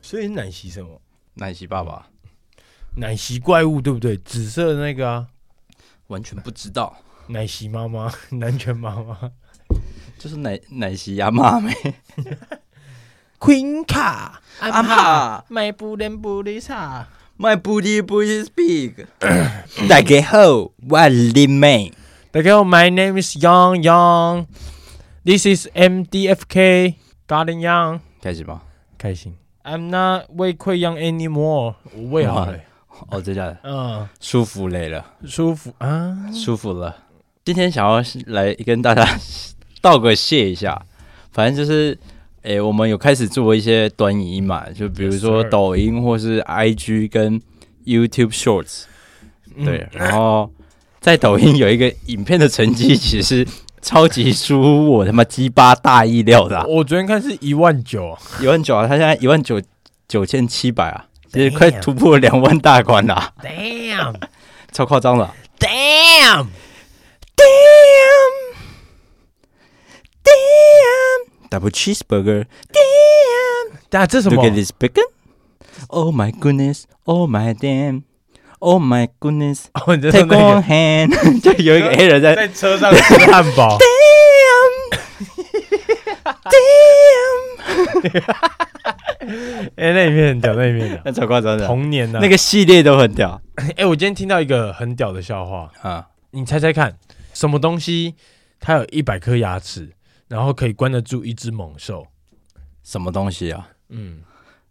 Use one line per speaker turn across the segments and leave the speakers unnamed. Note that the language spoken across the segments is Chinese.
所以是奶昔什么？
奶昔爸爸
奶昔怪物对不对？紫色的那个啊，
完全不知道，
奶昔妈妈， 南拳妈妈
就是奶奶昔阿妈没
，Queen 卡
阿妈
卖布伦布丽莎，
，My booty booty big，大家好，我林妹，
大家好，My name is Yang Yang，This is MDFK Garden Yang，
开始吗？
开心。I'm not 胃溃疡 anymore，我胃好了、
哦，真的
啊嗯，
舒服累了，
舒服啊，
舒服了。今天想要来跟大家 道个谢一下，反正就是。诶、我们有开始做一些短影音嘛，就比如
Yes,
说
sir.
抖音或是 IG 跟 YouTube Shorts，
嗯
对，然后在抖音有一个影片的成绩，其实超级出乎我他妈鸡巴大意料的、啊，
我昨天看是一万九，
一万九啊，他现在一万九九千七百啊，其实快突破两万大关了啊、
Damn，Damn，
超夸张的啊、Double cheeseburger, damn!
大家啊这什么
Look？at this bacon. Oh my goodness, oh my damn, oh my goodness.
哦，你在说
Take
那
one
个
hand，就有一个 A 人在，
在车上吃汉 堡
damn, damn，
哎，那里面很屌，那里面 很屌
那超夸张的，
童年呢？啊
那个系列都很屌
哎，我今天听到一个很屌的笑话，
啊！
你猜猜看，什么东西它有一百颗牙齿，然后可以关得住一只猛兽？
什么东西啊？
嗯，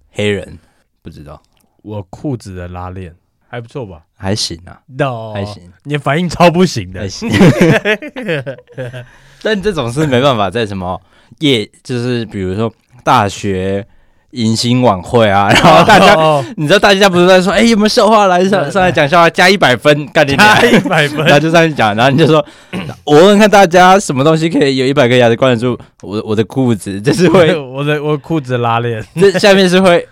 黑人不知道，
我裤子的拉链还不错吧
还行啊，
？No，
还，行，
哦你的反应超不哎行
还
的。
行。 但这种是没办法在什么夜，就是比如说大学迎新晚会啊，然后大家。
哦
你知道大家不是在说，哎、有没有笑话来上上来讲笑话，加一百分，干你娘
加！一百
然后
分，
就上去讲，然后你就说，我问看大家什么东西可以有一百个牙齿关得住我的我的裤子，就是会，
我的我裤子的拉链，
这下面是会，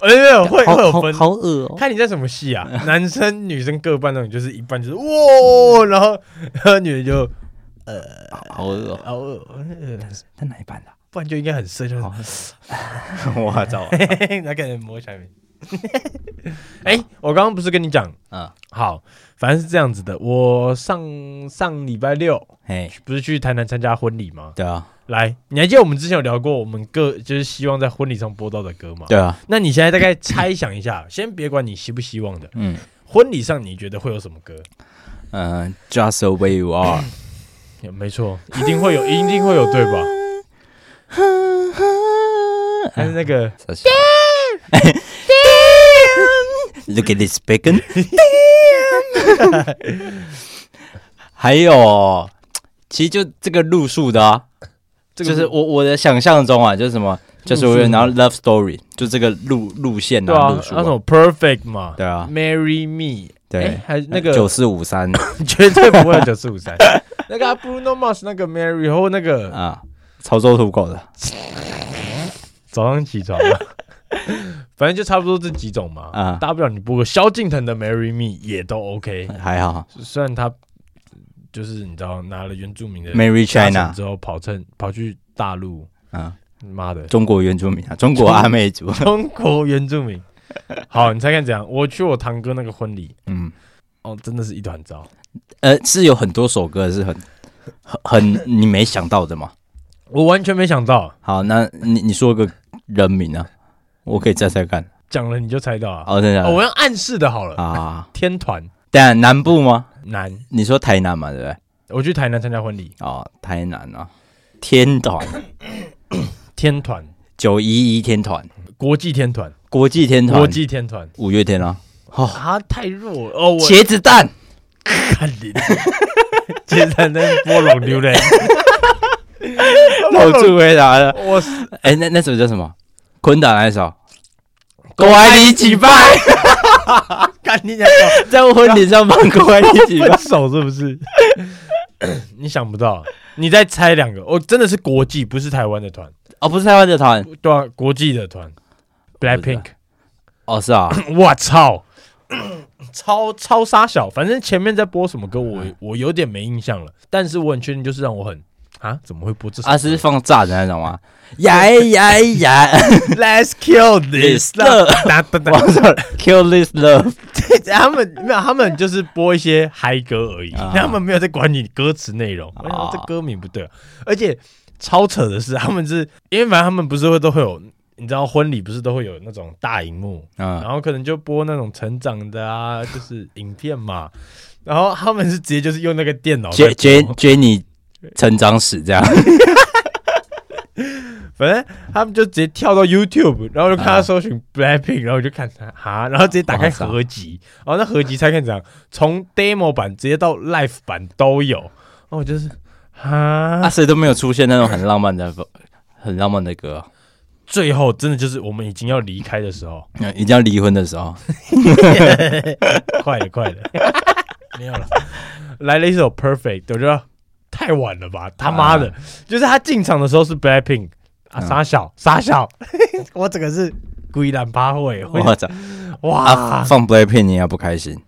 哎呦，会
好
会有
好
分。
好恶哦、
看你在什么戏 啊？男生女生各半那种，就是一半就是哇，然后然后女的就
好恶、哦，
啊，我呃
他哪一版 的、
不然就应该很深，就是
好我操，
那个人摸下面。哎、我刚刚不是跟你讲，
嗯，
好，反正是这样子的。我上上礼拜六
嘿，
不是去台南参加婚礼吗？
对啊，
来，你还记得我们之前有聊过，我们各就是希望在婚礼上播到的歌吗？
对啊，
那你现在大概猜想一下，先别管你希不希望的，
嗯
婚礼上你觉得会有什么歌？
嗯、j u s t the way you are，
没错，一定 会有，一定会有，对吧？
哎
还是那个，
傻笑 Look at this bacon. Damn！还有，其实就这个路数的啊，
这个
就是我我的想象中啊，就是什么，就是
路数
我
吗
然后 Love Story 就这个路路线
对啊
路，数、
那什么 perfect 嘛，
对啊，
Marry Me，
对
诶还那个
九四五三
绝对不会有九四五 三，那个啊 Bruno Mars 那个 Marry 或那个、
啊，潮州土狗的
早上起床嘛， 反正就差不多这几种嘛，
啊
大不了你播个萧敬腾的 Marry Me 也都 OK，
还好
虽然他就是你知道拿了原住民的
，Mary
加成
China
之后跑成跑去大陆，
啊，
妈的
中国原住民啊，中国阿美族，
中国原住民，好你猜看怎样？我去我堂哥那个婚礼，
嗯，
哦真的是一团糟。
呃，是有很多首歌是很很很你没想到的嘛。
我完全没想到，
好，那你你说个人名啊，我可以猜猜看。
讲了你就猜到啊！
哦，真的
哦，我用暗示的好了，
啊，
天团
当然南部吗？
男
你说台南嘛，对不对？
我去台南参加婚礼，
哦，台南啊，天团
天团，
九一一天团，
国际天团，
国际天团，
国际天团
五月天啊，哦，
啊，太弱了哦，我
茄 子蛋，
看 你，接在那边波龙榴莲，
老助回答了。
我
哎，那那首叫什么？昆达那一首？我爱你几 拜，
看你两个
在我婚礼上放《我爱你几拜
分》。手是不是？ 你想不到，啊你再猜两个，我真的是国际，不是台湾的团，
哦，不是台湾的团，
对啊，国际的团，Blackpink，
哦是 啊，
我操，超超
嗯
沙小，反正前面在播什么歌我我有点没印象了，但是我很确定就是让我很啊，怎么会播这首歌？
啊，是放炸的那 种吗？呀呀呀
Let's kill this
This
love，哒哒 哒
！Kill this love！
他们没有，他们就是播一些嗨歌而已，
啊
他们没有在管你歌词内容。我想说这歌名不对啊，而且超扯的是，他们是因为反正他们不是会都会有，你知道婚礼不是都会有那种大荧幕，
嗯，
然后可能就播那种成长的啊，就是影片嘛。然后他们是直接就是用那个电脑在
接接
播，
接你成长史这样。
反正他们就直接跳到 YouTube，然后就看
啊
他搜寻 Blackpink，然后我就看他哈，然后直接打开
哇塞
合集，然后那合集拆开讲，从 demo 版直接到 live 版都有，然后我就是哈
啊，，谁都没有出现那种很浪漫的、很浪漫的歌哦，
最后真的就是我们已经要离开的时候，
嗯一定要离婚的时候。
快了快了， 没有了，来了一首 Perfect，我觉得太晚了吧，他妈的，就是他进场的时候是 Blackpink 啊，
嗯
傻小傻小， 我整个是鬼懒趴会， 我
我操！啊，
哇，
放 Blackpink 你也不开心？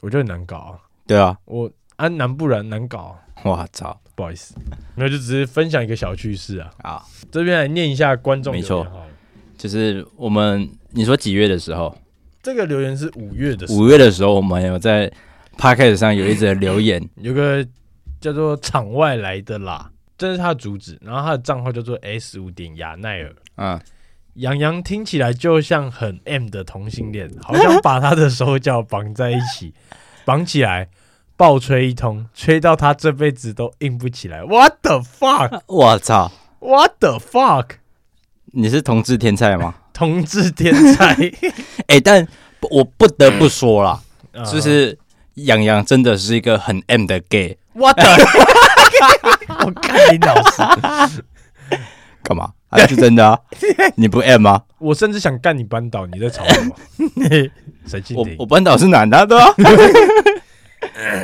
我觉得很难搞啊。
对啊，
我啊，难不然难搞，啊
我操
不好意思，没有，就只是分享一个小趣事啊。
啊！
这边来念一下观众
没
留言
错
好了，
就是我们你说几月的时候？
这个留言是五月的时候，
五月的时候，我们 有在 p o c a s t 上有一则留言，
有个叫做场外来的啦，这是他的主旨，然后他的账号叫做 S 五点雅奈尔。
嗯，
杨洋听起来就像很 M 的同性恋，好想把他的手脚绑在一起， 绑起来，暴吹一通，吹到他这辈子都硬不起来。What the fuck？What
我操！
the fuck？
你是同志天才吗？
同志天才，
哎、但不我不得
嗯
不说啦，
啊
就是杨洋真的是一个很 M 的 gay，
what the，我 看你老师，
干嘛？还是真的 啊？你不 M 吗？
我甚至想干你扳倒，你在吵 什么？神经
我
病
我！班导是男的，对吧？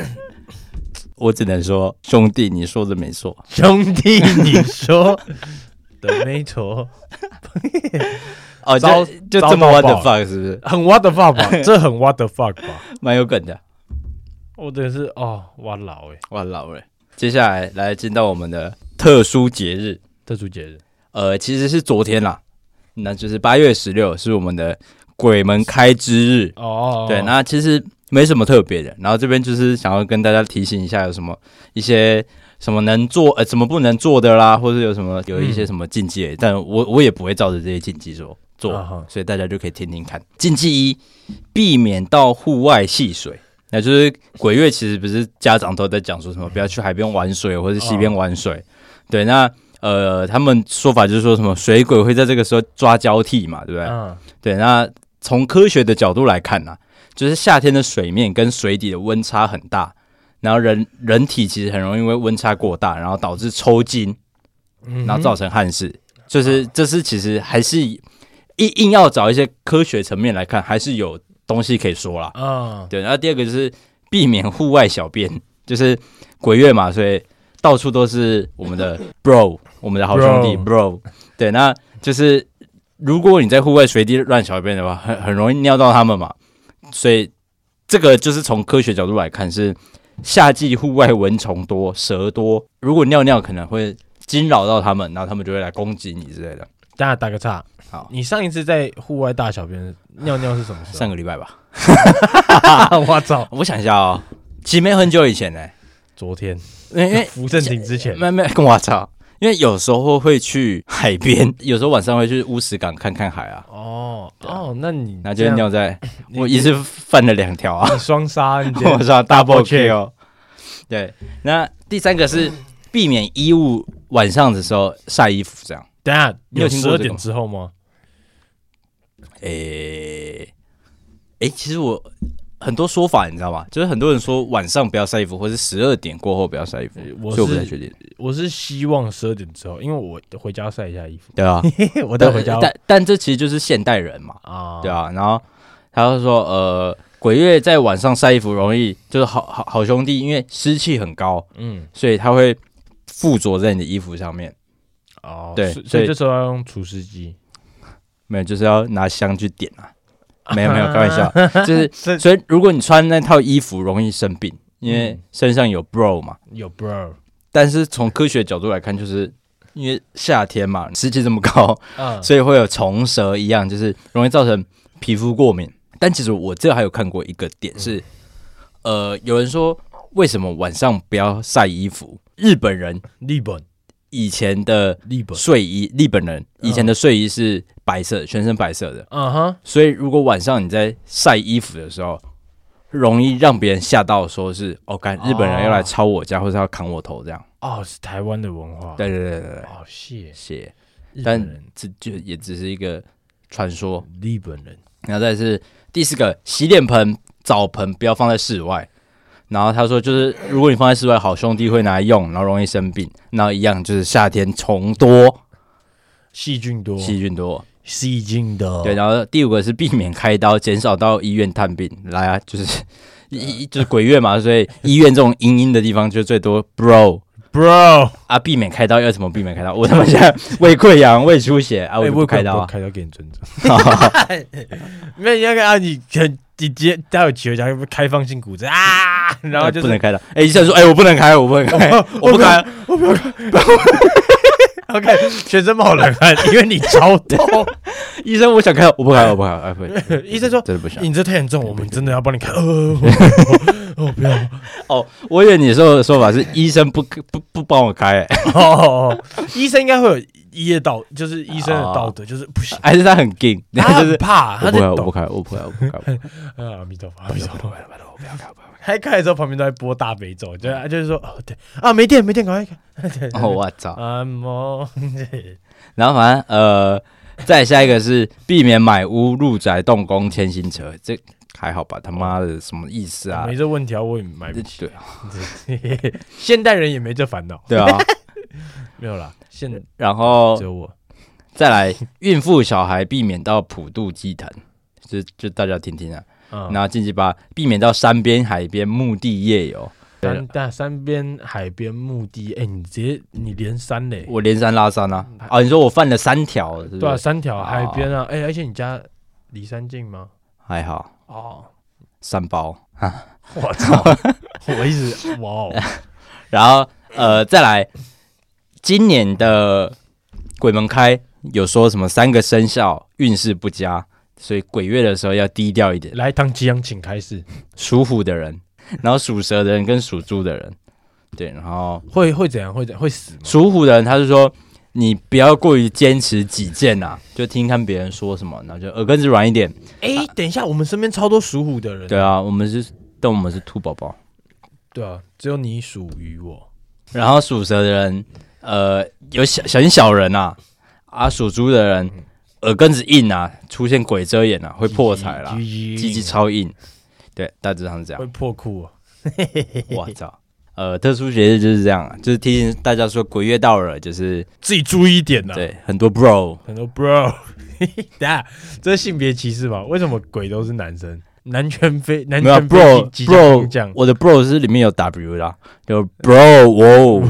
我只能说，兄弟，你说的没错。
兄弟，你说 的没错，
哦，
糟
就就
糟
这么
到
what the
爆
fuck 是不是？
很 what the fuck 吧？这很 what the fuck 吧？
蛮有梗的。
我真的是哦，哇老哎，
哇，老了。接下来来进到我们的特殊节日，
特殊节日
呃，其实是昨天啦，那就是八月十六是我们的鬼门开之日。
哦
对，那其实没什么特别的。然后这边就是想要跟大家提醒一下，有什么一些什么能做，呃，什么不能做的啦，或者有什么有一
嗯
些什么禁忌，但我我也不会照着这些禁忌说做，
啊哈
所以大家就可以听听看。禁忌一，避免到户外戏水。那就是鬼月，其实不是家长都在讲说什么不要去海边玩水，或者溪
啊
边玩水。对，那呃，他们说法就是说什么水鬼会在这个时候抓交替嘛，对不对？
嗯
对，那从科学的角度来看呢、就是夏天的水面跟水底的温差很大，然后人人体其实很容易因为温差过大，然后导致抽筋，
嗯
然后造成汗湿。就是这是其实还是硬硬要找一些科学层面来看，还是有东西可以说啦。
啊
对，然后第二个就是避免户外小便，就是鬼月嘛，所以到处都是我们的 bro，我们的好兄弟 bro。对，那就是如果你在户外随地乱小便的话，很很容易尿到他们嘛。所以这个就是从科学角度来看，是夏季户外蚊虫多、蛇多，如果尿尿可能会惊扰到他们，然后他们就会来攻击你之类的。
大家打个岔。
好
你上一次在户外大小便尿尿是什么时
上个礼拜吧，
候？ 我操，
我想一下哦，其实没很久以前呢、
昨天
因为因为
扶正挺之前，
没 没，我操！因为有时候会去 海边，有时候晚上会去乌石港看看海啊，
哦哦，那你
然后
这
就
样
尿在，
你
我一次犯了两条啊，
你双杀，你直接
我操
double
，double kill。对，那第三个是避免衣物晚上的时候晒衣服，这样。
等一下
你
有
有听
十
过
二
这个
点
吗
之后吗？
诶、诶、其实我很多说法，你知道吗？就是很多人说晚上不要晒衣服，或是十二点过后不要晒衣服，
我
所以我不太
是
确定。
我是希望十二点之后，因为我回家晒一下衣 服，
对啊，
我再回家
但但这其实就是现代人嘛，
啊，
对啊，然后他就说，呃，鬼月在晚上晒衣服容易，就是好好好兄弟，因为湿气很高，
嗯，
所以他会附着在你的衣服上面，
哦，
对
所以所
所以
以这时候要用除湿机，
没有，就是要拿香去点啊，没有没有，开玩笑，就是
是
所以如果你穿那套衣服容易生病，因为身上有 bro 嘛，
有 bro，
但是从科学角度来看，就是因为夏天嘛，湿气这么高，
嗯，
所以会有虫蛇一样，就是容易造成皮肤过敏。但其实我这还有看过一个点是，呃，有人说为什么晚上不要晒衣服？日本人
日本，
以前的
日本，
睡衣，日本人以前的睡衣是白色，全身白色的，
嗯哼，
所以如果晚上你在晒衣服的时候，容易让别人吓到，说是哦，干日本人要来抄我家，或是要砍我头这样。
哦，是台湾的文化，
对对对对对，
哦，谢，
谢，
日
但
本人，
这就也只是一个传说。
日本人，
然后再是第四个，洗脸盆、澡盆不要放在室外。然后他说，就是如果你放在室外，好兄弟会拿来用，然后容易生病。然后一样就是夏天虫多，
细菌多，
细菌
哦
多。
细菌的，
对，然后第五个是避免开刀，减少到医院探病。来啊，就是
呃
一就是鬼月嘛，所以医院这种阴阴的地方就最多。Bro
，bro，
啊，避免开刀要怎么避免开刀？我他妈现在胃溃疡、胃出血啊，我就不开刀
哎我
啊。
开刀给你尊重。 没有，你要看啊，你很你接待会企业家会不会开放性骨折 啊？然后就
不
是
能开刀。哎，医生说，哎，我不能开，我不能开，我不开。
OK，全身冒冷汗，因为你超痛。
医生，我想 开，我不开，我不开。哎，不，
医生说
真 的不想。
你这太严重，我们真的要帮你 看。呃，哦不要，
哦，我以为你说的说法是医生不不不帮我开， 哎
哦，医生应该会有医业道，就是医生的道德，就是 不行，
还是他很硬，
他
啊就
很
是
怕，他
我
在
不开，我不
抖。
开，我不开，我不 开。我不开
啊，阿弥陀佛，阿弥陀佛。
我不要开，我不要
开开的时候，旁边都在播大悲咒，就就是说，哦对啊，没电没电，赶快看。
开。哦，我操！
啊么，
然后反正呃，再下一个是避免买屋、入宅、动工、迁新车，这还好吧？他妈的什么意思啊
没？这问题啊，我也买不起。
对啊，
现代人也没这烦恼，
对啊。
没有啦，现在
然后
只有我。
再来，孕妇、小孩避免到普渡祭坛，就就大家听听啊。
嗯，
然后禁忌八，避免到山边、海边、墓地夜游。
山大山边、海边、墓地，哎，你直接你连三嘞，
我连三拉三啊！哦，你说我犯了三条，是不
对啊，
是？
三条
哦
海边啊，哎，而且你家离山近吗？
还好，
哦，
三包。
我操，我一直哇 哦，
然后呃，再来，今年的鬼门开有说什么三个生肖运势不佳，所以鬼月的时候要低调一点。
来唐吉阳，请开始，
属虎的人，然后属蛇的人跟属猪的人，对，然后
会会怎样？会怎样会死吗？
属虎的人他是说。你不要过于坚持己见呐、就听看别人说什么，然后就耳根子软一点。
哎，等一下，我们身边超多属虎的人，
对啊，我们是，但我们是兔宝宝。
对啊，只有你属于我，
然后属蛇的人，呃，有小小心小人啊，啊，属猪的人耳根子硬啊，出现鬼遮眼啊，会破财啦，
鸡
鸡鸡超硬，对，大致上是这样
会。破裤啊，
我操，呃，特殊节日就是这样啊，就是提醒大家说鬼月到了，就是
自己注意一点呐。
对很多 bro
很多 bro，等 下这是性别歧视吧？为什么鬼都是男生？男权非男
没有啊
权
bro
非将这
bro，
样，
我的 bro 是里面有 W 啦，就 bro 我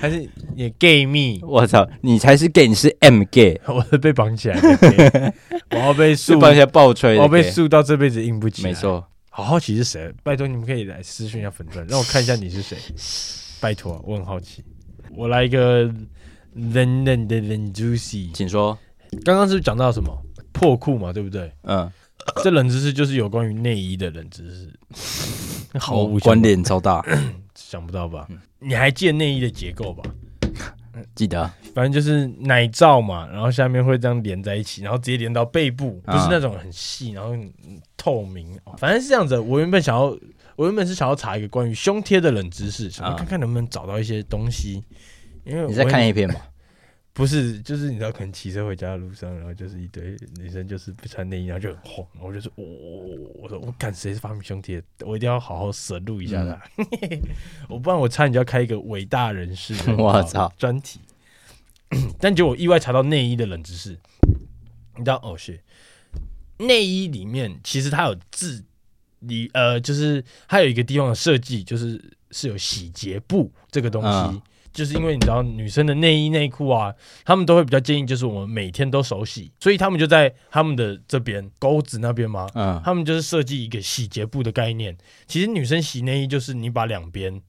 还是你的 gay 蜜？
我操，你才是 gay，你是 M gay，
我是被绑起来 的 gay，我要被
是
束，
帮人
我
家爆吹的
要被
gay，
束到这辈子硬不起来。
没，错，
好好奇是谁？拜托你们可以来私讯一下粉钻，让我看一下你是谁。拜托、我很好奇。我来一个冷冷的冷 juicy。
请说，
刚刚是不是讲到什么破裤嘛？对不对？
嗯，
这冷知识就是有关于内衣的冷知识，毫无
关
关联，
联超大。
想不到吧？
嗯
你还记得内衣的结构吧？
记得啊
反正就是奶罩嘛，然后下面会这样连在一起，然后直接连到背部，不
啊
是那种很细，然后很透明。哦反正是这样子。我原本想要，我原本是想要查一个关于胸贴的冷知识，想要
啊
看看能不能找到一些东西。因为
你在
我
看 A 片吗？
不是，就是你知道，可能骑车回家的路上，然后就是一堆女生就是不穿内衣，然后就很慌，然后我就说，我、哦、我说我干谁是发明胸贴，我一定要好好审录一下他，
嗯
我不然我差点就要开一个伟大人士 的
我操
专题，但结果我意外查到内衣的冷知识，你知道哦是，内衣里面其实它有自里呃，就是它有一个地方的设计，就是是有洗洁布这个东西。
嗯
就是因为你知道女生的内衣内裤啊，她们都会比较建议，就是我们每天都手洗，所以她们就在她们的这边钩子那边嘛，
嗯，
她们就是设计一个洗洁布的概念。其实女生洗内衣就是你把两边，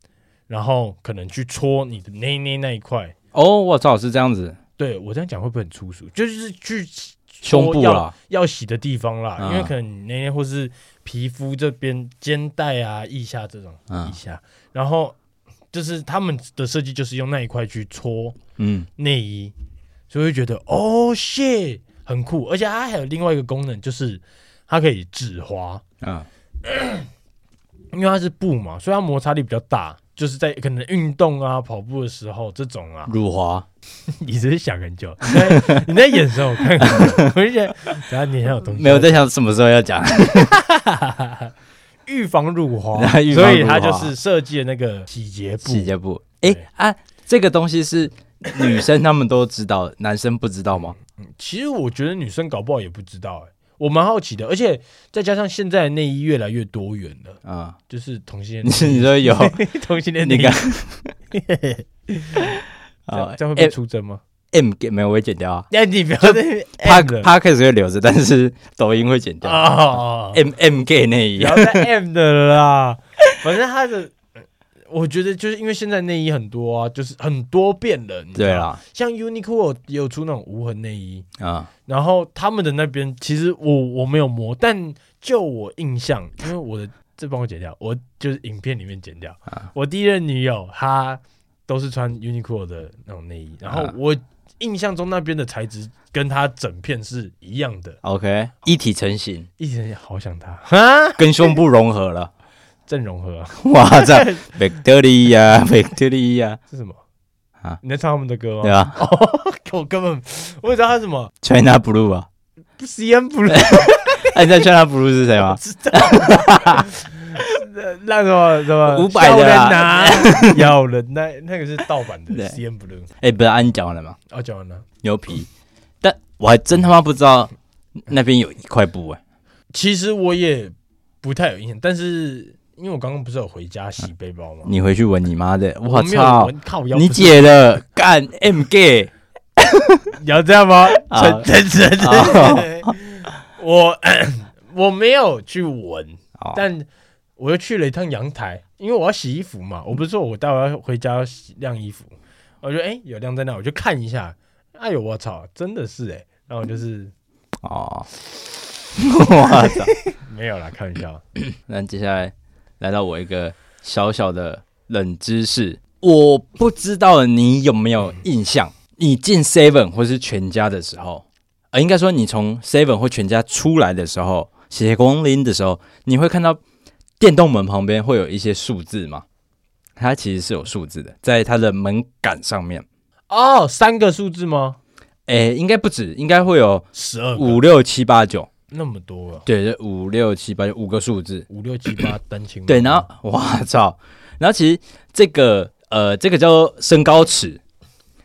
然后可能去戳你的内内那一块。
哦，我操，是这样子，
对我这样讲会不会很粗俗？就是去
胸部啊
要
啦，
要洗的地方啦，
嗯
因为可能你那些或是皮肤这边肩带啊、腋下这种腋
嗯
下，然后就是他们的设计就是用那一块去戳
嗯，
内衣，所以会觉得哦 shit 很酷，而且它还有另外一个功能就是它可以止滑，
啊，
因为它是布嘛，所以它摩擦力比较大。就是在可能运动啊、跑步的时候，这种 啊，
辱华，
你只是想很久，你在你在眼神我看看，我就觉得，等下你很有东西。
没有在想什么时候要讲，
预防乳滑，
预防
所以
乳
它
滑
就是设计的那个洗洁布。
洗洁布，哎
对
啊，这个东西是女生他们都知道， 男生不知道吗？
其实我觉得女生搞不好也不知道、欸，我蛮好奇的。而且再加上现在的内衣越来越多元了，
啊，
就是同性恋
你你说 有
同性恋内
那
衣
个，
这样
啊
这样会被
，M
出征吗？
M 给没有我会剪掉啊
那你不要在那边
，Park
M 了
Park 会留着，但是抖音会剪掉 M，M
啊，
，M M gay 内
不
衣
要再 M 的了啦。反正它的，我觉得就是因为现在内衣很多啊，就是很多变了。你知道
对，啦，
像 Uniqlo 也有出那种无痕内衣，
啊，
然后他们的那边其实我我没有摸，但就我印象，因为我的这帮我剪掉，我就是影片里面剪掉。
啊
我第一任女友她都是穿 Uniqlo 的那种内衣，然后
啊
我印象中那边的材质跟她整片是一样的，
，OK，一体成型，
一直好想她哈，
跟胸部融合了，
郑容和、啊、
哇操，Victoria Victoria，
是什么
啊
你在唱他们的歌吗？
对吧
我根本我也知道她是什么
？China Blue 啊，
C N 不是
哎，你知道 China Blue 是谁 吗？
知道。那那什么什么
500的啦
拿要人那那个是盗版的
对
CN Blue。
哎，不是，啊，你讲完了吗？
哦，讲完了。
牛皮，但我还真他妈不知道那边有一块布哎、
其实我也不太有印象，但是因为我刚刚不是有回家洗背包吗？
你回去闻你妈的，我
没有
操！
闻靠腰，
你
不是
姐的干 M gay
你要这样吗？
啊
真真真
啊，
我 我没有去闻，
哦
但我又去了一趟阳台，因为我要洗衣服嘛。我不是说我待会要回家要洗晾衣服，我就哎、诶有晾在那，我就看一下。哎呦我操，真的是哎、然后我就是
哦，我操！
没有啦，开玩笑。
那接下来来到我一个小小的冷知识，我不知道你有没有印象，你进 Seven 或是全家的时候，呃，应该说你从 Seven 或全家出来的时候，斜光拎的时候，你会看到电动门旁边会有一些数字吗？它其实是有数字的，在它的门杆上面，
哦，三个数字吗？
诶，应该不止，应该会有
十二个，
五六七八九，
那么多啊，
对，就五六七八九五个数字，
五六七八单亲。
对，然后 哇操，然后其实这个呃，这个叫做身高尺。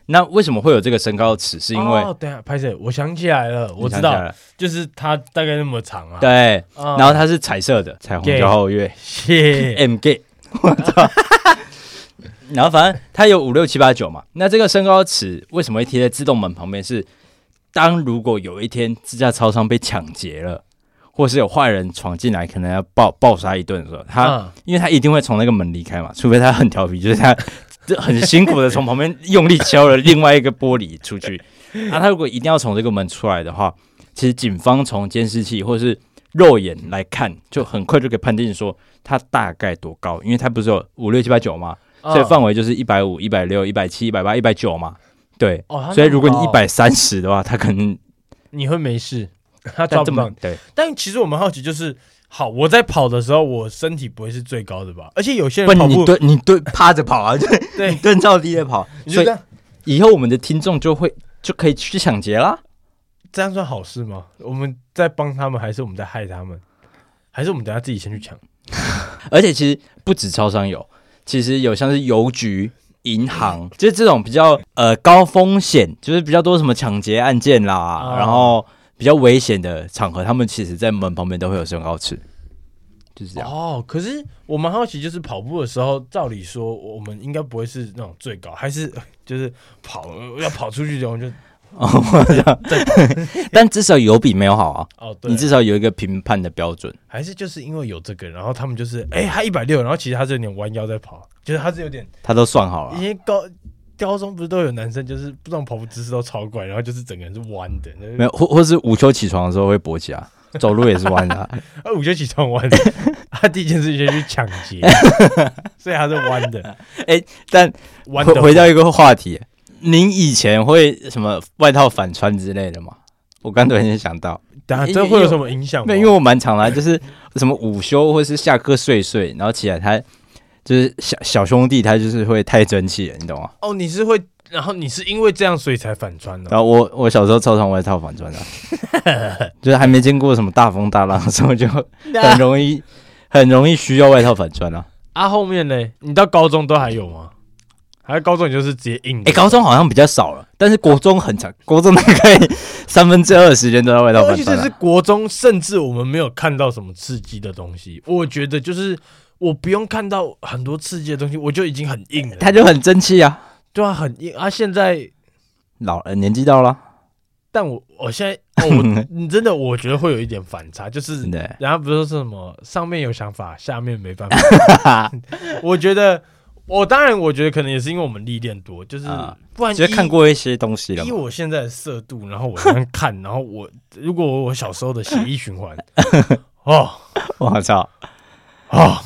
那为什么会有这个身高尺？是因为、
哦，等一下拍摄，我想起来了，我知
你想起来
道，
了
就是它大概那么长啊。
对，
啊，
然后它是彩色的，哦彩虹
Gay
交后月
谢
M gay，我操。 然后反正它有五六七八九嘛。那这个身高尺为什么会贴在自动门旁边？是当如果有一天自家超商被抢劫了，或是有坏人闯进来，可能要暴暴杀一顿的时候，它
啊，
因为他一定会从那个门离开嘛，除非他很调皮，就是他 这很辛苦的从旁边用力敲了另外一个玻璃出去。那、他如果一定要从这个门出来的话，其实警方从监视器或是肉眼来看，就很快就可以判定说他大概多高，因为他不是有五六七八九嘛，所以
啊
范围就是一百五、一百六、一百七、一百八、一百九嘛。对，
哦，它那
所以
么
如果你一
高
百三十的话，他可能
你会没事，他抓不
这
到
么
你。
对
但其实我蛮好奇，就是好我在跑的时候，我身体不会是最高的吧？而且有些
不
人跑
然你
步，
蹲你蹲趴着跑啊，就
对
你蹲到地在跑，
你
所
就这
以
样
以后我们的听众就会就可以去抢劫啦。
这样算好事吗？我们在帮他们，还是我们在害他们？还是我们等下自己先去抢？
而且其实不止超商有，其实有像是邮局、银
嗯
行，就是这种比较呃高风险，就是比较多什么抢劫案件啦，
哦
然后比较危险的场合，他们其实在门旁边都会有身高尺，就是这样。
哦，可是我蛮好奇，就是跑步的时候，照理说我们应该不会是那种最高，还是呃就是跑呃要跑出去的时候就
但至少有比没有好啊，
哦，对
你，至少有一个评判的标准。
还是就是因为有这个，然后他们就是哎、他一百六，然后其实他是有点弯腰在跑，就是他是有点，
他都算好
因
了。啊
为高高中不是都有男生就是不知道跑步姿势都超怪，然后就是整个人是弯的，
没有，或或是午休起床的时候会勃起啊，走路也是弯的啊、
啊，午休起床弯的， 他第一件事情就去抢 劫，所以他是弯的，
但
弯
回
的
回到一个话题，您以前会什么外套反穿之类的吗？我刚突然间想到，
等下
因
这会有什么影响吗？
没有，因为我蛮常来，就是 什么午休或是下课睡一睡，然后起来他就是小小兄弟，他就是会太争气了，你懂吗？
哦，你是会，然后你是因为这样所以才反穿的、
然后我我小时候超常外套反穿的啊， 就是还没经过什么大风大浪的时候， 就很容易很容易需要外套反穿啊。
啊，后面嘞，你到高中都还有吗？还是高中你就是直接硬
哎、
的？
高中好像比较少了，但是国中很长，国中大概三分之二的时间都在外套
而
反
且
穿、
这是
啊。
国中，甚至我们没有看到什么刺激的东西。我觉得就是我不用看到很多刺激的东西，我就已经很硬了。
他就很争气啊，
对啊，很硬啊。现在，
老了年纪到了，
但我我现在， 哦、我你真的我觉得会有一点反差，就是
真的。
然后不是说什么上面有想法，下面没办法。 我觉得，我当然我觉得可能也是因为我们历练多，就是、
啊
不然
觉得
依
看过一些东西了
依
嘛，
我现在的色度，然后我这样看，然后我 如果我小时候的血液循 环，哦
我操！
哦，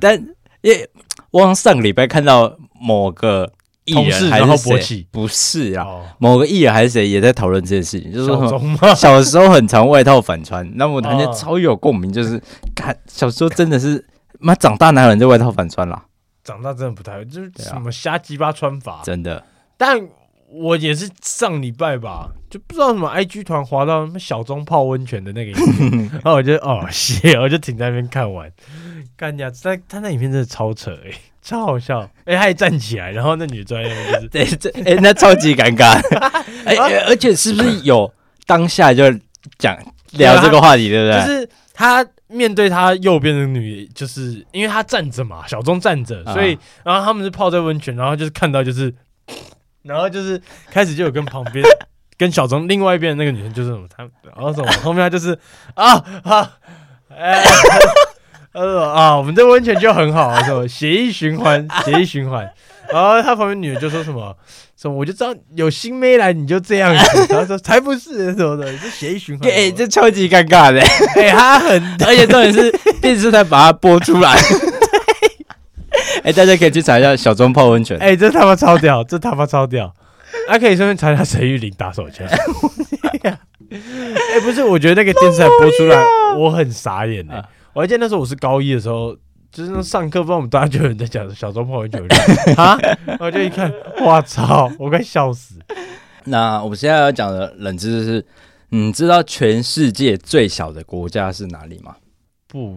但也我好像上个礼拜看到某个艺
同事
人还
然后
是
勃
谁
起，
不是啊，
哦
某个艺人还是谁也在讨论这件事情，就是说什
小
么
钟吗？
小时候很常外套反穿，那我感觉
哦
超有共鸣，就是看小时候真的是，妈长大哪有人在外套反穿啦？
长大真的不太会，就是
对啊
什么瞎鸡巴穿法。
真的，
但我也是上礼拜吧，就不知道什么 IG 团滑到什么小钟泡温泉的那个影片，然后我就哦谢，我就停在那边看完，干呀，他他那影片真的超扯哎、超好笑哎、他还站起来，然后那女的坐在那边就是
对，这哎、那超级尴尬， 哎、哎而且是不是有当下就讲聊这个话题，对不对？
就是他面对他右边的女，就是因为他站着嘛，小钟站着，
啊
所以然后他们是泡在温泉，然后就是看到就是， 然后就是开始就有跟旁 边跟小钟另外一边的那个女生就是什么，他然后什么后面他就是啊啊，哎。他说啊，我们这温泉就很好啊，什么血液循 环，血液循环。然后他旁边女的就说什么什么，我就知道有新妹来你就这样子。他说才不是什么的，是血液循环。
哎、这超级尴尬的，
哎、他很
而且重点是电视台把它播出 来。哎、大家可以去查一下小钟泡温泉。
哎、这他妈超屌，这他妈超屌！还、可以顺便查一下沈玉琳打手枪。 哎、不是，我觉得那个电视台播出来，我很傻眼哎、
啊
我还记得那时候我是高一的时候，就是那上课，不知道我们大家就有人在讲小周泡温泉，我就 啊，然后就一看，哇操，我快笑死！
那我们现在要讲的冷知识是，你知道全世界最小的国家是哪里吗？
不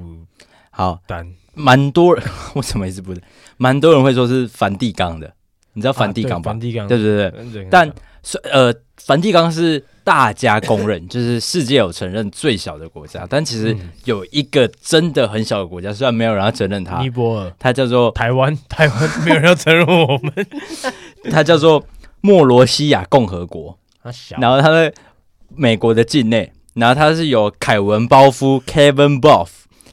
好，
丹
蛮多人， 我怎么一直不是？蛮多人会说是梵蒂冈的，你知道梵蒂冈吧？
梵蒂冈，
啊对对对，
嗯对
但是呃，梵蒂冈是大家公认，就是世界有承认最小的国家，但其实
嗯
有一个真的很小的国家，虽然没有人要承认它
尼，泊尔、
它叫做
台湾、台湾没有人要承认我们，
它叫做莫罗西亚共和国，
他小
然后它在美国的境内，然后它是由凯文鲍夫 （Kevin Boff）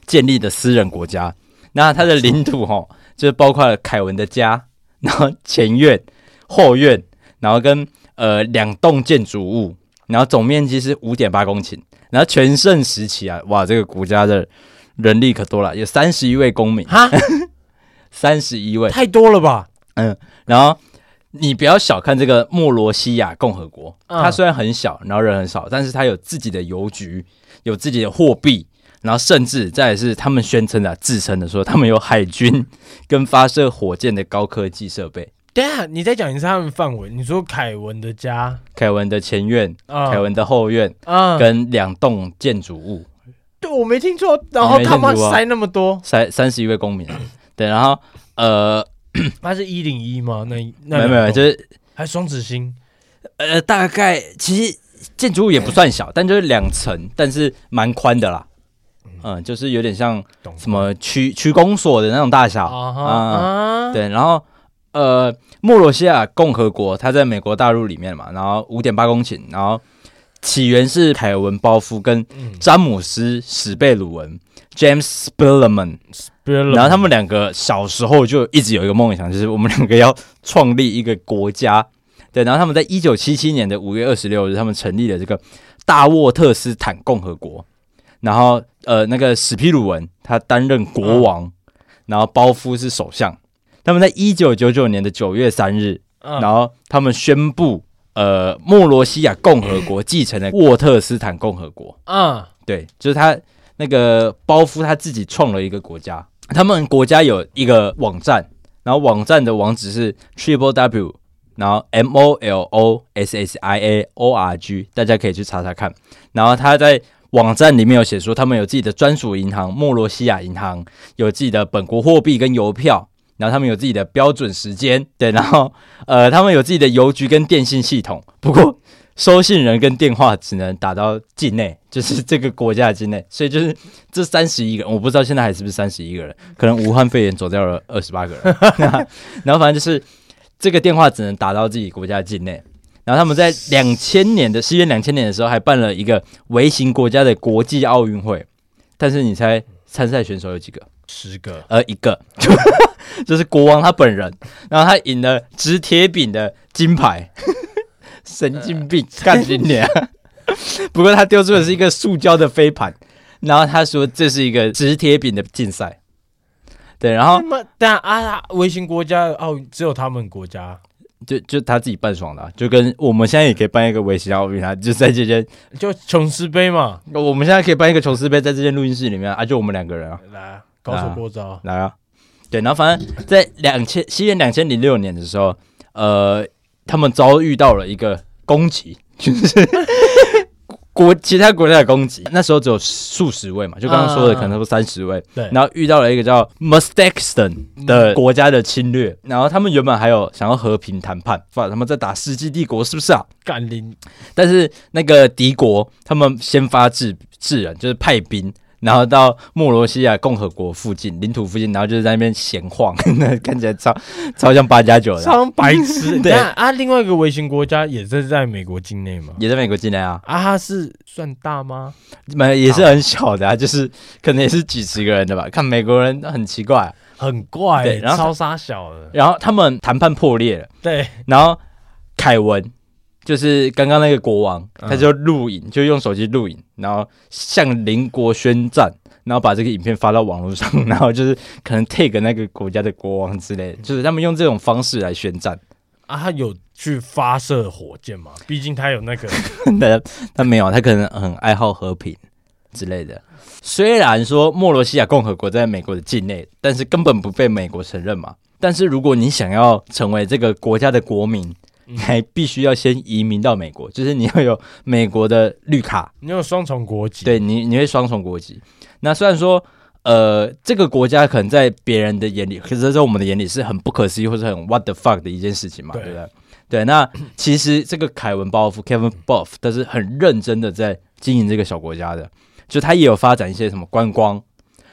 建立的私人国家。那它的领土哈，就是包括了凯文的家，然后前院、后院，然后跟呃两栋建筑物，然后总面积是五点八公顷。然后全盛时期啊，哇，这个国家的人力可多了，有三十一位公民，
哈，
三十一位。
太多了吧？
然后你不要小看这个莫罗西亚共和国，
嗯
它虽然很小，然后人很少，但是它有自己的邮局，有自己的货币，然后甚至再来是他们宣称的啊、自称的说他们有海军 跟发射火箭的高科技设备。
等一下，你再讲一次他们范围。你说凯文的家，
凯文的前院、
啊
凯文的后院
啊，
跟两栋建筑物，
对我没听错，然后
没
他妈
听错啊
塞那么多，
三三十一位公民。 对，然后呃，
他是一零一吗？那那
没有没有，就是是
还双子星
呃，大概其实建筑物也不算小，但就是两层，但是蛮宽的啦。嗯，就是有点像
懂
什么区区公所的那种大
啊
小。
哈啊，
对，然后呃，莫罗西亚共和国它在美国大陆里面嘛，然后五点八公顷，然后起源是凯文鲍夫跟
嗯
詹姆斯史贝鲁文 （James s p i l l e m a n 然后他们两个小时候就一直有一个梦想，就是我们两个要创立一个国家。对，然后他们在一九七七年的五月二十六日，他们成立了这个大沃特斯坦共和国。然后，呃，那个史皮鲁文他担任国王，然后包夫是首相。他们在一九九九年的九月三日，
嗯
然后他们宣布，呃，莫罗西亚共和国继承了沃特斯坦共和国。
嗯
对，就是他那个包夫他自己创了一个国家，他们国家有一个网站，然后网站的网址是 triple w，然后 m o l o s s i a o r g，大家可以去查查看。然后他在网站里面有写说，他们有自己的专属银行——莫罗西亚银行，有自己的本国货币跟邮票。然后他们有自己的标准时间，对，然后呃，他们有自己的邮局跟电信系统。不过收信人跟电话只能打到境内， 就是这个国家的境内，所以就是这三十一个人，我不知道现在还是不是三十一个人，可能武汉肺炎走掉了二十八个人， 然后反正就是这个电话只能打到自己国家的境内。然后他们在两千年的西元两千年的时候，还办了一个微型国家的国际奥运会，但是你猜参赛选手有几个？
十个
呃，一个， 就是国王他本人，然后他赢了直铁饼的金牌，神经病，干你娘！ 不过他丢出的是一个塑胶的飞盘，然后他说这是一个直铁饼的竞赛，对，然后
那么但啊，微型国家的奥运只有他们国家
就就他自己办爽了啊、就跟我们现在也可以办一个围棋奥运啊，就在这间，
就琼斯杯嘛，
我们现在可以办一个琼斯杯，在这间录音室里面啊啊，就我们两个人啊，
来啊高手过招啊，
来啊，对，然后反正在两千西元两千零六年的时候，呃，他们遭遇到了一个攻击，就是 国其他国家的攻击。那时候只有数十位嘛，就刚刚说的
嗯嗯嗯
可能都三十位，
对
然后遇到了一个叫 Mustachston 的国家的侵略，然后他们原本还有想要和平谈判，反他们在打世纪帝国是不是啊？
干林
但是那个敌国他们先发制制人，就是派兵，然后到莫罗西亚共和国附近领土附近，然后就是在那边闲晃， 那看起来超超像八加九的，
超白痴。
对
但啊，另外一个微型国家也是在美国境内嘛，
也在美国境内啊，
啊，它是算大吗？
没也是很小的啊， 就是可能也是几十个人的吧。看美国人很奇怪啊、
很怪欸
对，然后
超杀小的，
然后他们谈判破裂了，
对，
然后凯文。就是刚刚那个国王，
嗯
他就录影，就用手机录影，然后向邻国宣战，然后把这个影片发到网络上，然后就是可能 take 那个国家的国王之类的，就是他们用这种方式来宣战。
啊，他有去发射火箭嘛？毕竟他有那 个，
他他没有，他可能很爱好和平之类的。虽然说莫罗西亚共和国在美国的境内，但是根本不被美国承认嘛。但是如果你想要成为这个国家的国民，你还必须要先移民到美国，就是你要有美国的绿卡，
你有双重国籍，，
对你，你会双重国籍。那虽然说，呃，这个国家可能在别人的眼里，可是在我们的眼里是很不可思议或者很 what the fuck 的一件事情嘛，
对
对不对？对，那其实这个凯文鲍夫 Kevin Buff，他是很认真的在经营这个小国家的，就他也有发展一些什么观光，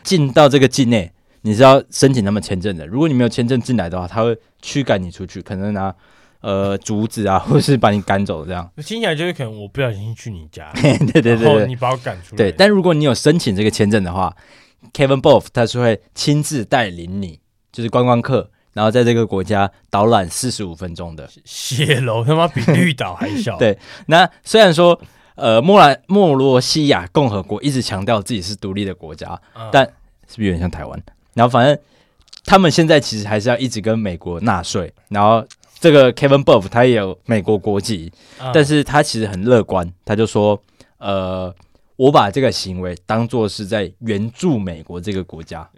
进到这个境内，你是要申请他们签证的。如果你没有签证进来的话，他会驱赶你出去，可能拿呃竹子啊，或是把你赶走这样。
听起来就是可能我不小心去你家，
对对对对，
然后你把我赶出来，
对，但如果你有申请这个签证的话，Kevin Boff 他是会亲自带领你，就是观光客，然后在这个国家导览四十五分钟的。
血楼他妈比绿岛还小，
对那虽然说，呃，莫兰莫罗西亚共和国一直强调自己是独立的国家，
嗯，
但是不是有点像台湾？然后反正他们现在其实还是要一直跟美国纳税，然后。这个 Kevin Buff 他也有美国国籍，
嗯
但是他其实很乐观，他就说，呃，我把这个行为当做是在援助美国这个国家，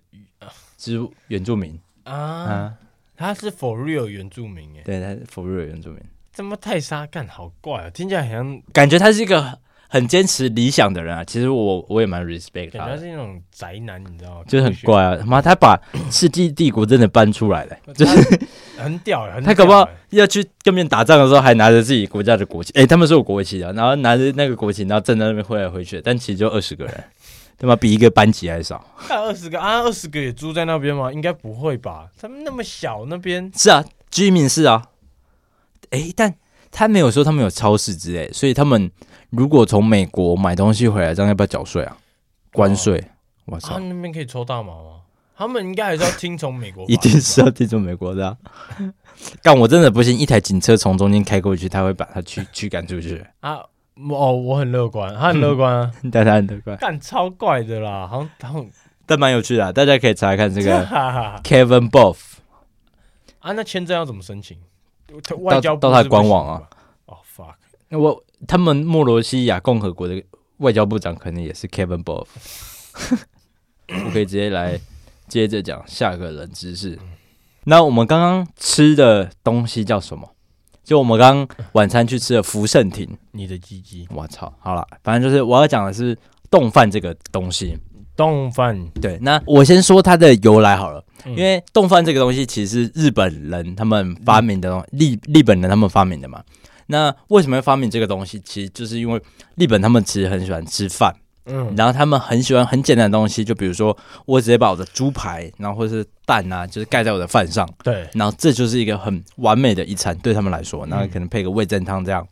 是原住民
啊，
啊，
他是 for real 原住民哎，
对，他是否认原住民，
怎么泰沙干好怪啊，听起来好像
感觉他是一个很坚持理想的人啊。其实我我也蛮
感
respect 他
觉他
的，
是那种宅男，你知道吗？
就是很怪啊，他妈他把世纪帝国真的搬出来了、
科
就
学，
是
他很屌欸，很
他搞不好
屌欸
要去跟别人打仗的时候，还拿着自己国家的国旗，哎诶，他们是有国旗的，然后拿着那个国旗，然后站在那边挥来挥去的，但其实就二十个人，他妈比一个班级还少。
干二十个啊，二十个也住在那边吗？应该不会吧？他们那么小那边
是啊，居民是啊。诶，但他没有说他们有超市之类，所以他们如果从美国买东西回来，这样要不要缴税啊？关税？我
他
操，
们啊那边可以抽大麻吗？他们应该还是要听从美国法律
一
吧，
定是要听从美国的、啊。 但我真的不信，一台警车从中间开过去，他会把他驱驱赶出去，
啊。哦，我很乐观，他很乐观啊，
但他很得 怪，
干超怪的啦，好像他们
但蛮有趣的啊、大家可以查看 这个
哈哈
Kevin Boff。
啊，那签证要怎么申请？外交部
到他
是不
官
行
网啊
吧。哦、fuck，
那我他们莫罗西亚共和国的外交部长可能也是 Kevin Bov。我可以直接来接着讲下个冷知识。那我们刚刚吃的东西叫什么？就我们刚刚晚餐去吃的福盛亭。
你的鸡鸡
我操，好了，反正就是我要讲的是冻饭这个东西。
冻饭
对，那我先说它的由来好了，
嗯
因为冻饭这个东西其实是日本人他们发明的东，
嗯
日日本人他们发明的嘛。那为什么要发明这个东西？其实就是因为日本他们其实很喜欢吃饭，
嗯
然后他们很喜欢很简单的东西，就比如说我直接把我的猪排，然后或者是蛋啊，就是盖在我的饭上，
对，嗯
然后这就是一个很完美的一餐对他们来说，然后可能配个味噌汤这样。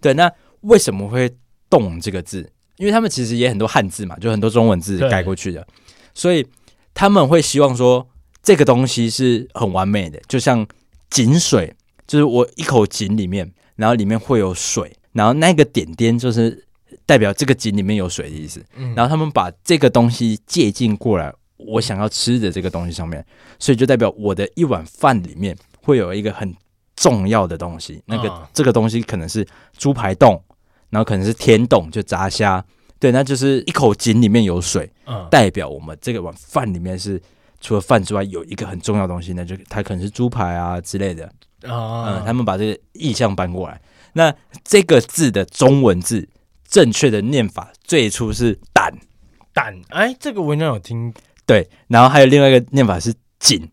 对，那为什么会“动”这个字？因为他们其实也很多汉字嘛，就很多中文字
对
改过去的，所以他们会希望说这个东西是很完美的，就像井水，就是我一口井里面，然后里面会有水，然后那个点点就是代表这个井里面有水的意思。
嗯
然后他们把这个东西借鉴过来，我想要吃的这个东西上面，所以就代表我的一碗饭里面会有一个很重要的东西，那个、
啊
这个东西可能是猪排冻，然后可能是天冻，就炸虾，对，那就是一口井里面有水，
嗯，
代表我们这个碗饭里面是。除了饭之外，有一个很重要的东西，那就它可能是猪排啊之类的。
啊
嗯，他们把这个意象搬过来。那这个字的中文字正确的念法，最初是“胆”，
蛋，哎，这个文章有听，
对，然后还有另外一个念法是“井”，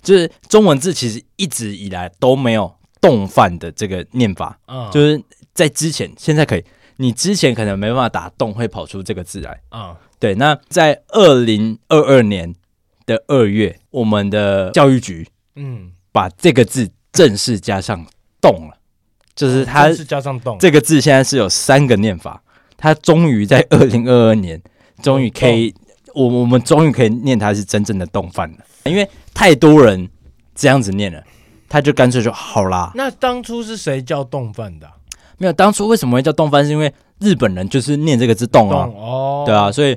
就是中文字其实一直以来都没有动饭的这个念法，
啊，
就是在之前，现在可以，你之前可能没办法打动，会跑出这个字来。
啊，
对，那在二零二二年的二月，我们的教育局
嗯，
把这个字正式加上“动”了，就是它
是加上冻，
这个字现在是有三个念法，它终于在二零二二年，终于可以，我我们终于可以念它是真正的动饭了，因为太多人这样子念了，他就干脆就好啦。
那当初是谁叫冻饭的啊？
没有，当初为什么会叫动饭，是因为日本人就是念这个字动啊，
冻哦，
对啊，所以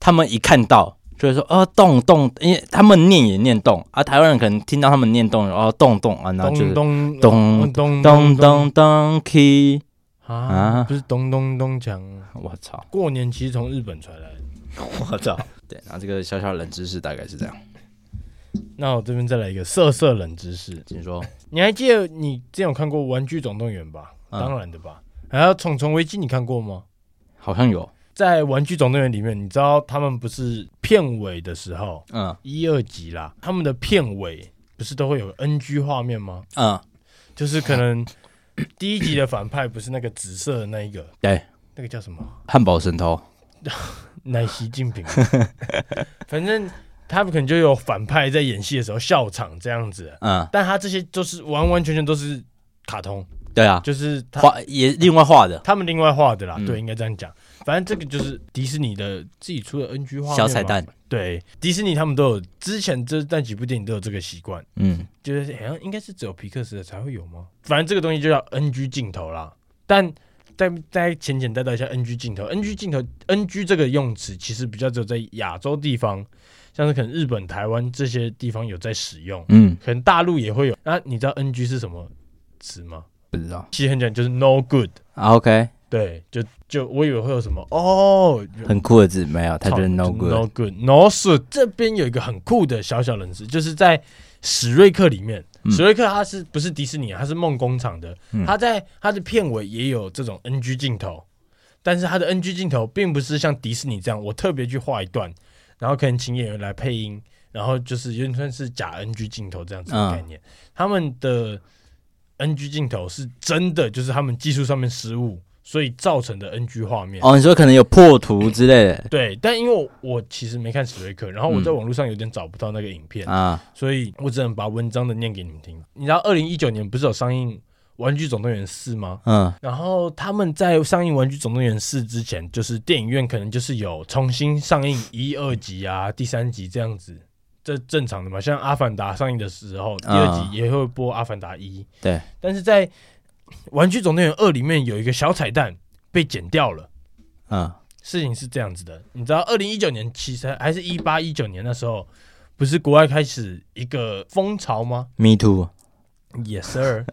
他们一看到。就会说哦，动动，因为他们念也念动，啊，台湾人可能听到他们念动，哦，动动啊，然后就是
咚咚
咚
咚
咚咚咚 key，
啊，
啊
不是咚咚咚锵，
我操，
过年其实从日本传来的。
我操，对，然后这个小小冷知识大概是这样，
那我这边再来一个色色冷知识，
请说。
你还记得你之前有看过《玩具总动员》吧？
嗯
当然的吧。还有《虫虫危机》，你看过吗？
好像有，
在《玩具总动员》里面，你知道他们不是片尾的时候，
嗯
一二集啦，他们的片尾不是都会有 NG 画面吗？
嗯，
就是可 能第一集的反派不是那个紫色的那一个，
对，
那个叫什么？
汉堡神偷，
奶习近平。 反正他们可能就有反派在演戏的时候笑场这样子，
嗯，
但他这些就是完完全全都是卡通，
对啊，
就是他
画也另外画的
他们另外画的啦，
嗯
对，应该这样讲。反正这个就是迪士尼的自己出的 NG 画面嘛
小彩。蛋，
对，迪士尼他们都有，之前这那几部电影都有这个习惯，
嗯，
就是好像应该是只有皮克斯的才会有吗？反正这个东西就叫 NG 镜头啦。但再再浅浅带到一下 NG 镜头，NG 镜头 NG 这个用词其实比较只有在亚洲地方，像是可能日本、台湾这些地方有在使用，
嗯，
可能大陆也会有。那你知道 NG 是什么词吗？
不知道
其实很简单，就是 no good。
啊，OK，
对，就就我以为会有什么哦，
很酷的字没有，他
操
就是 no
就 no
good，
good no good。这边有一个很酷的小小冷知识，就是在史瑞克里面，
嗯
史瑞克他是不是迪士尼啊？他是梦工厂的，
嗯
他在他的片尾也有这种 NG 镜头，但是他的 NG 镜头并不是像迪士尼这样，我特别去画一段，然后可能请演员来配音，然后就是有点算是假 NG 镜头这样子的
嗯
概念。他们的 NG 镜头是真的，就是他们技术上面失误，所以造成的 NG 画面。
哦，你说可能有破图之类的
对，但因为我我其实没看史瑞克，然后我在
嗯
网络上有点找不到那个影片，
啊，
所以我只能把文章的念给你们听。你知道，二零一九年不是有上映《玩具总动员四》吗？
嗯
然后他们在上映《玩具总动员四》之前，就是电影院可能就是有重新上映一、二集啊、第三集这样子，这正常的嘛。像《阿凡达》上映的时候，第二
嗯
集也会播《阿凡达一》，
对。
但是在《玩具总动员二》里面有一个小彩蛋被剪掉了。
嗯
事情是这样子的，你知道，二零一九年其实还是一八一九年那时候，不是国外开始一个风潮吗
，Me too
？Yes sir，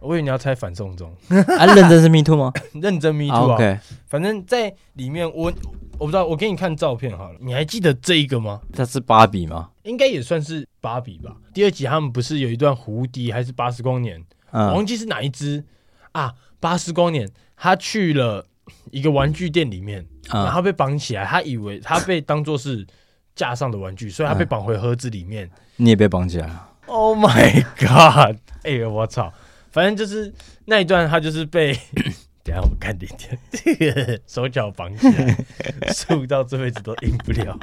我 以为你要猜反送中，
啊，认真是 Me too 吗
认真 me
啊
too 啊。
？OK，
反正在里面我，我不知道，我给你看照片好了。你还记得这一个吗？
他是芭比吗？
应该也算是芭比吧。第二集他们不是有一段胡迪还是巴斯光年，我
嗯
忘记是哪一只啊？巴斯光年他去了一个玩具店里面，然
嗯
后被绑起来，他以为他被当做是架上的玩具，所以他被绑回盒子里面。
你也被绑起来了。
Oh my god！哎、呦我操！反正就是那一段，他就是 被等一下我看点 点，这个手脚绑起来，束到这辈子都硬不 了。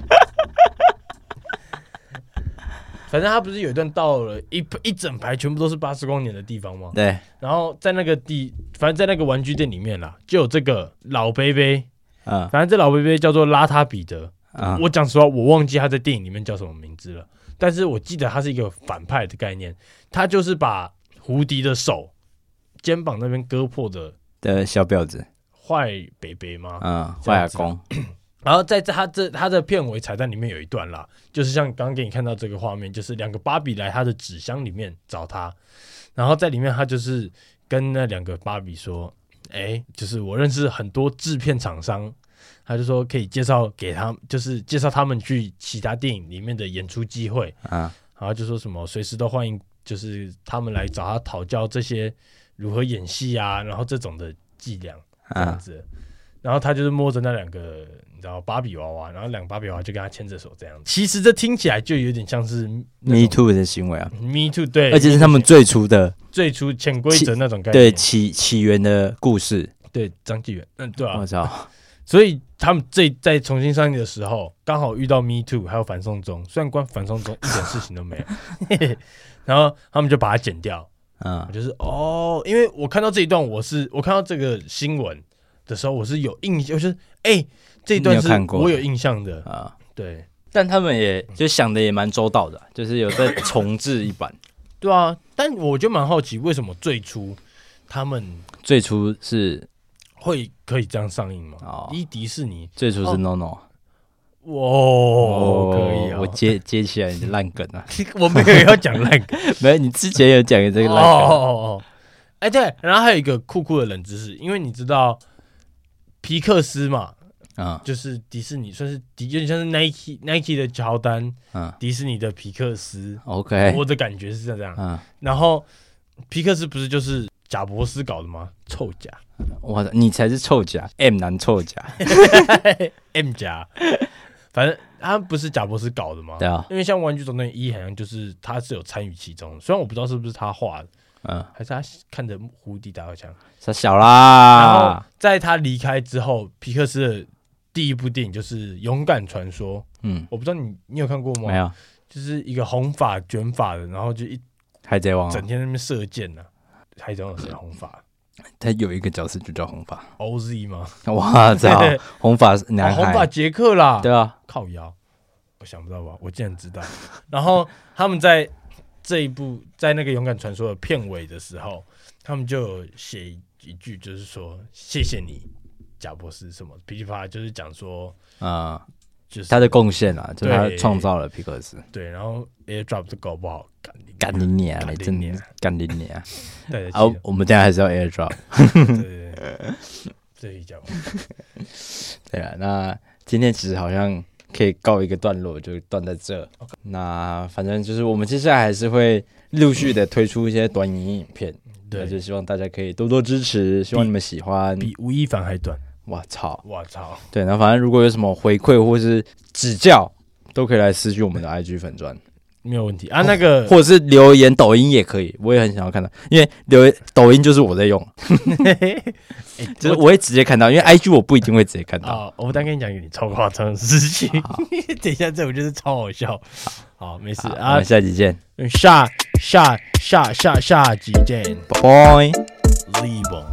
反正他不是有一段到了一一整排全部都是八十光年的地方吗？
对，
然后在那个地，反正在那个玩具店里面啦，就有这个老贝贝，
嗯
反正这老贝贝叫做邋遢彼得，
嗯
我讲实话，我忘记他在电影里面叫什么名字了，但是我记得他是一个反派的概念，他就是把胡迪的手肩膀那边割破的
的小婊子，
坏北北吗？
嗯，
这
坏
样
阿
子
公，
然后在这他这他的片尾彩蛋里面有一段啦，就是像刚刚给你看到这个画面，就是两个芭比来他的纸箱里面找他，然后在里面他就是跟那两个芭比说，哎，就是我认识很多制片厂商，他就说可以介绍给他，就是介绍他们去其他电影里面的演出机会，
嗯
然啊后就说什么随时都欢迎，就是他们来找他讨教这些如何演戏啊，然后这种的伎俩。这样
嗯
子。然后他就是摸着那两个，你知道芭比娃娃，然后两个芭比娃娃就跟他牵着手这样子。其实这听起来就有点像是那
，Me
种
too 的行为啊，
me too，对，
而且是他们最初的
最初潜规则那种概
对
念。
起起源的故事。
对，张纪元，嗯，对啊
我。操，
所以他们这在重新上映的时候，刚好遇到 me too，还有反送中，虽然关反送中一点事情都 没有，嘿嘿然后他们就把它剪掉。我
嗯
就是哦，因为我看到这一段，我是我看到这个新闻的时候，我是有印象，我就是哎、这一
你
段
有
是
看过
我有印象的，
啊。
对。
但他们也就想的也蛮周到的啊、就是有在重置 一版。
对啊，但我就蛮好奇，为什么最初他们
最初是
会可以这样上映吗？
哦
一迪士尼，
最初
哦
是 No No，
哇，可以啊！
哦我接接起来你的烂梗啊，
我没有要讲烂梗
没有，你之前有讲 这个
哦
烂
哦哦
梗，
哦，哎对，然后还有一个酷酷的冷知识，因为你知道皮克斯嘛，
嗯
就是迪士尼，算是迪，有点像是 Nike Nike 的乔丹，
嗯
迪士尼的皮克斯，
，OK，
我的感觉是这样。
嗯，
然后皮克斯不是就是贾伯斯搞的吗？臭贾。
哇，你才是臭甲 M 男 臭甲，
M 夹，反正他不是贾博士搞的吗？
对啊，
因为像《玩具总动员一》好像就是他是有参与其中的，虽然我不知道是不是他画的，
嗯，
还是他看着胡迪打手枪。
傻小啊
然后
啦，
在他离开之后，皮克斯的第一部电影就是《勇敢传说》，
嗯，
我不知道你你有看过吗？
没，有，
就是一个红发卷发的，然后就一
海贼王啊
整天在那边射箭呢、啊。海中有谁红发
他有一个角色就叫红发，
？OZ 吗？
哇操，红发男
哦红发
孩，
杰克啦。
对啊，
靠腰，我想不到吧？我竟然知道。然后他们在这一部在那个《勇敢传说》的片尾的时候，他们就有写一句，就是说谢谢你，贾博士什么噼里啪啦，就是讲说
嗯，
就是
他的贡献啊，就是他
对
创造了皮克斯，
对，然后 AirDrop 这搞不好，干你
干你娘
干
嘞，
你
真的
娘
是干你娘！
对
啊，我们等一下还是要 airdrop。
对对对，
哦
这一讲
对啊，那今天其实好像可以告一个段落，就断在这。那反正就是我们接下来还是会陆续的推出一些短影影片，那就
对，
希望大家可以多多支持，希望你们喜欢。
比吴亦凡还短，
我操！
我操！
对，那反正如果有什么回馈或是指教，都可以来私讯我们的 IG 粉砖，
没有问题啊，那个
或者是留言抖音也可以，我也很想要看到，因为留言抖音就是我在用，哦就是我会直接看到，因为 IG 我不一定会直接看到。
啊、我不但跟你讲一个你超夸张的事情， 等一下这我觉得超好笑。好，没事
好，我
啊
们，下期见，
下下下下下集见。
拜拜。
力不？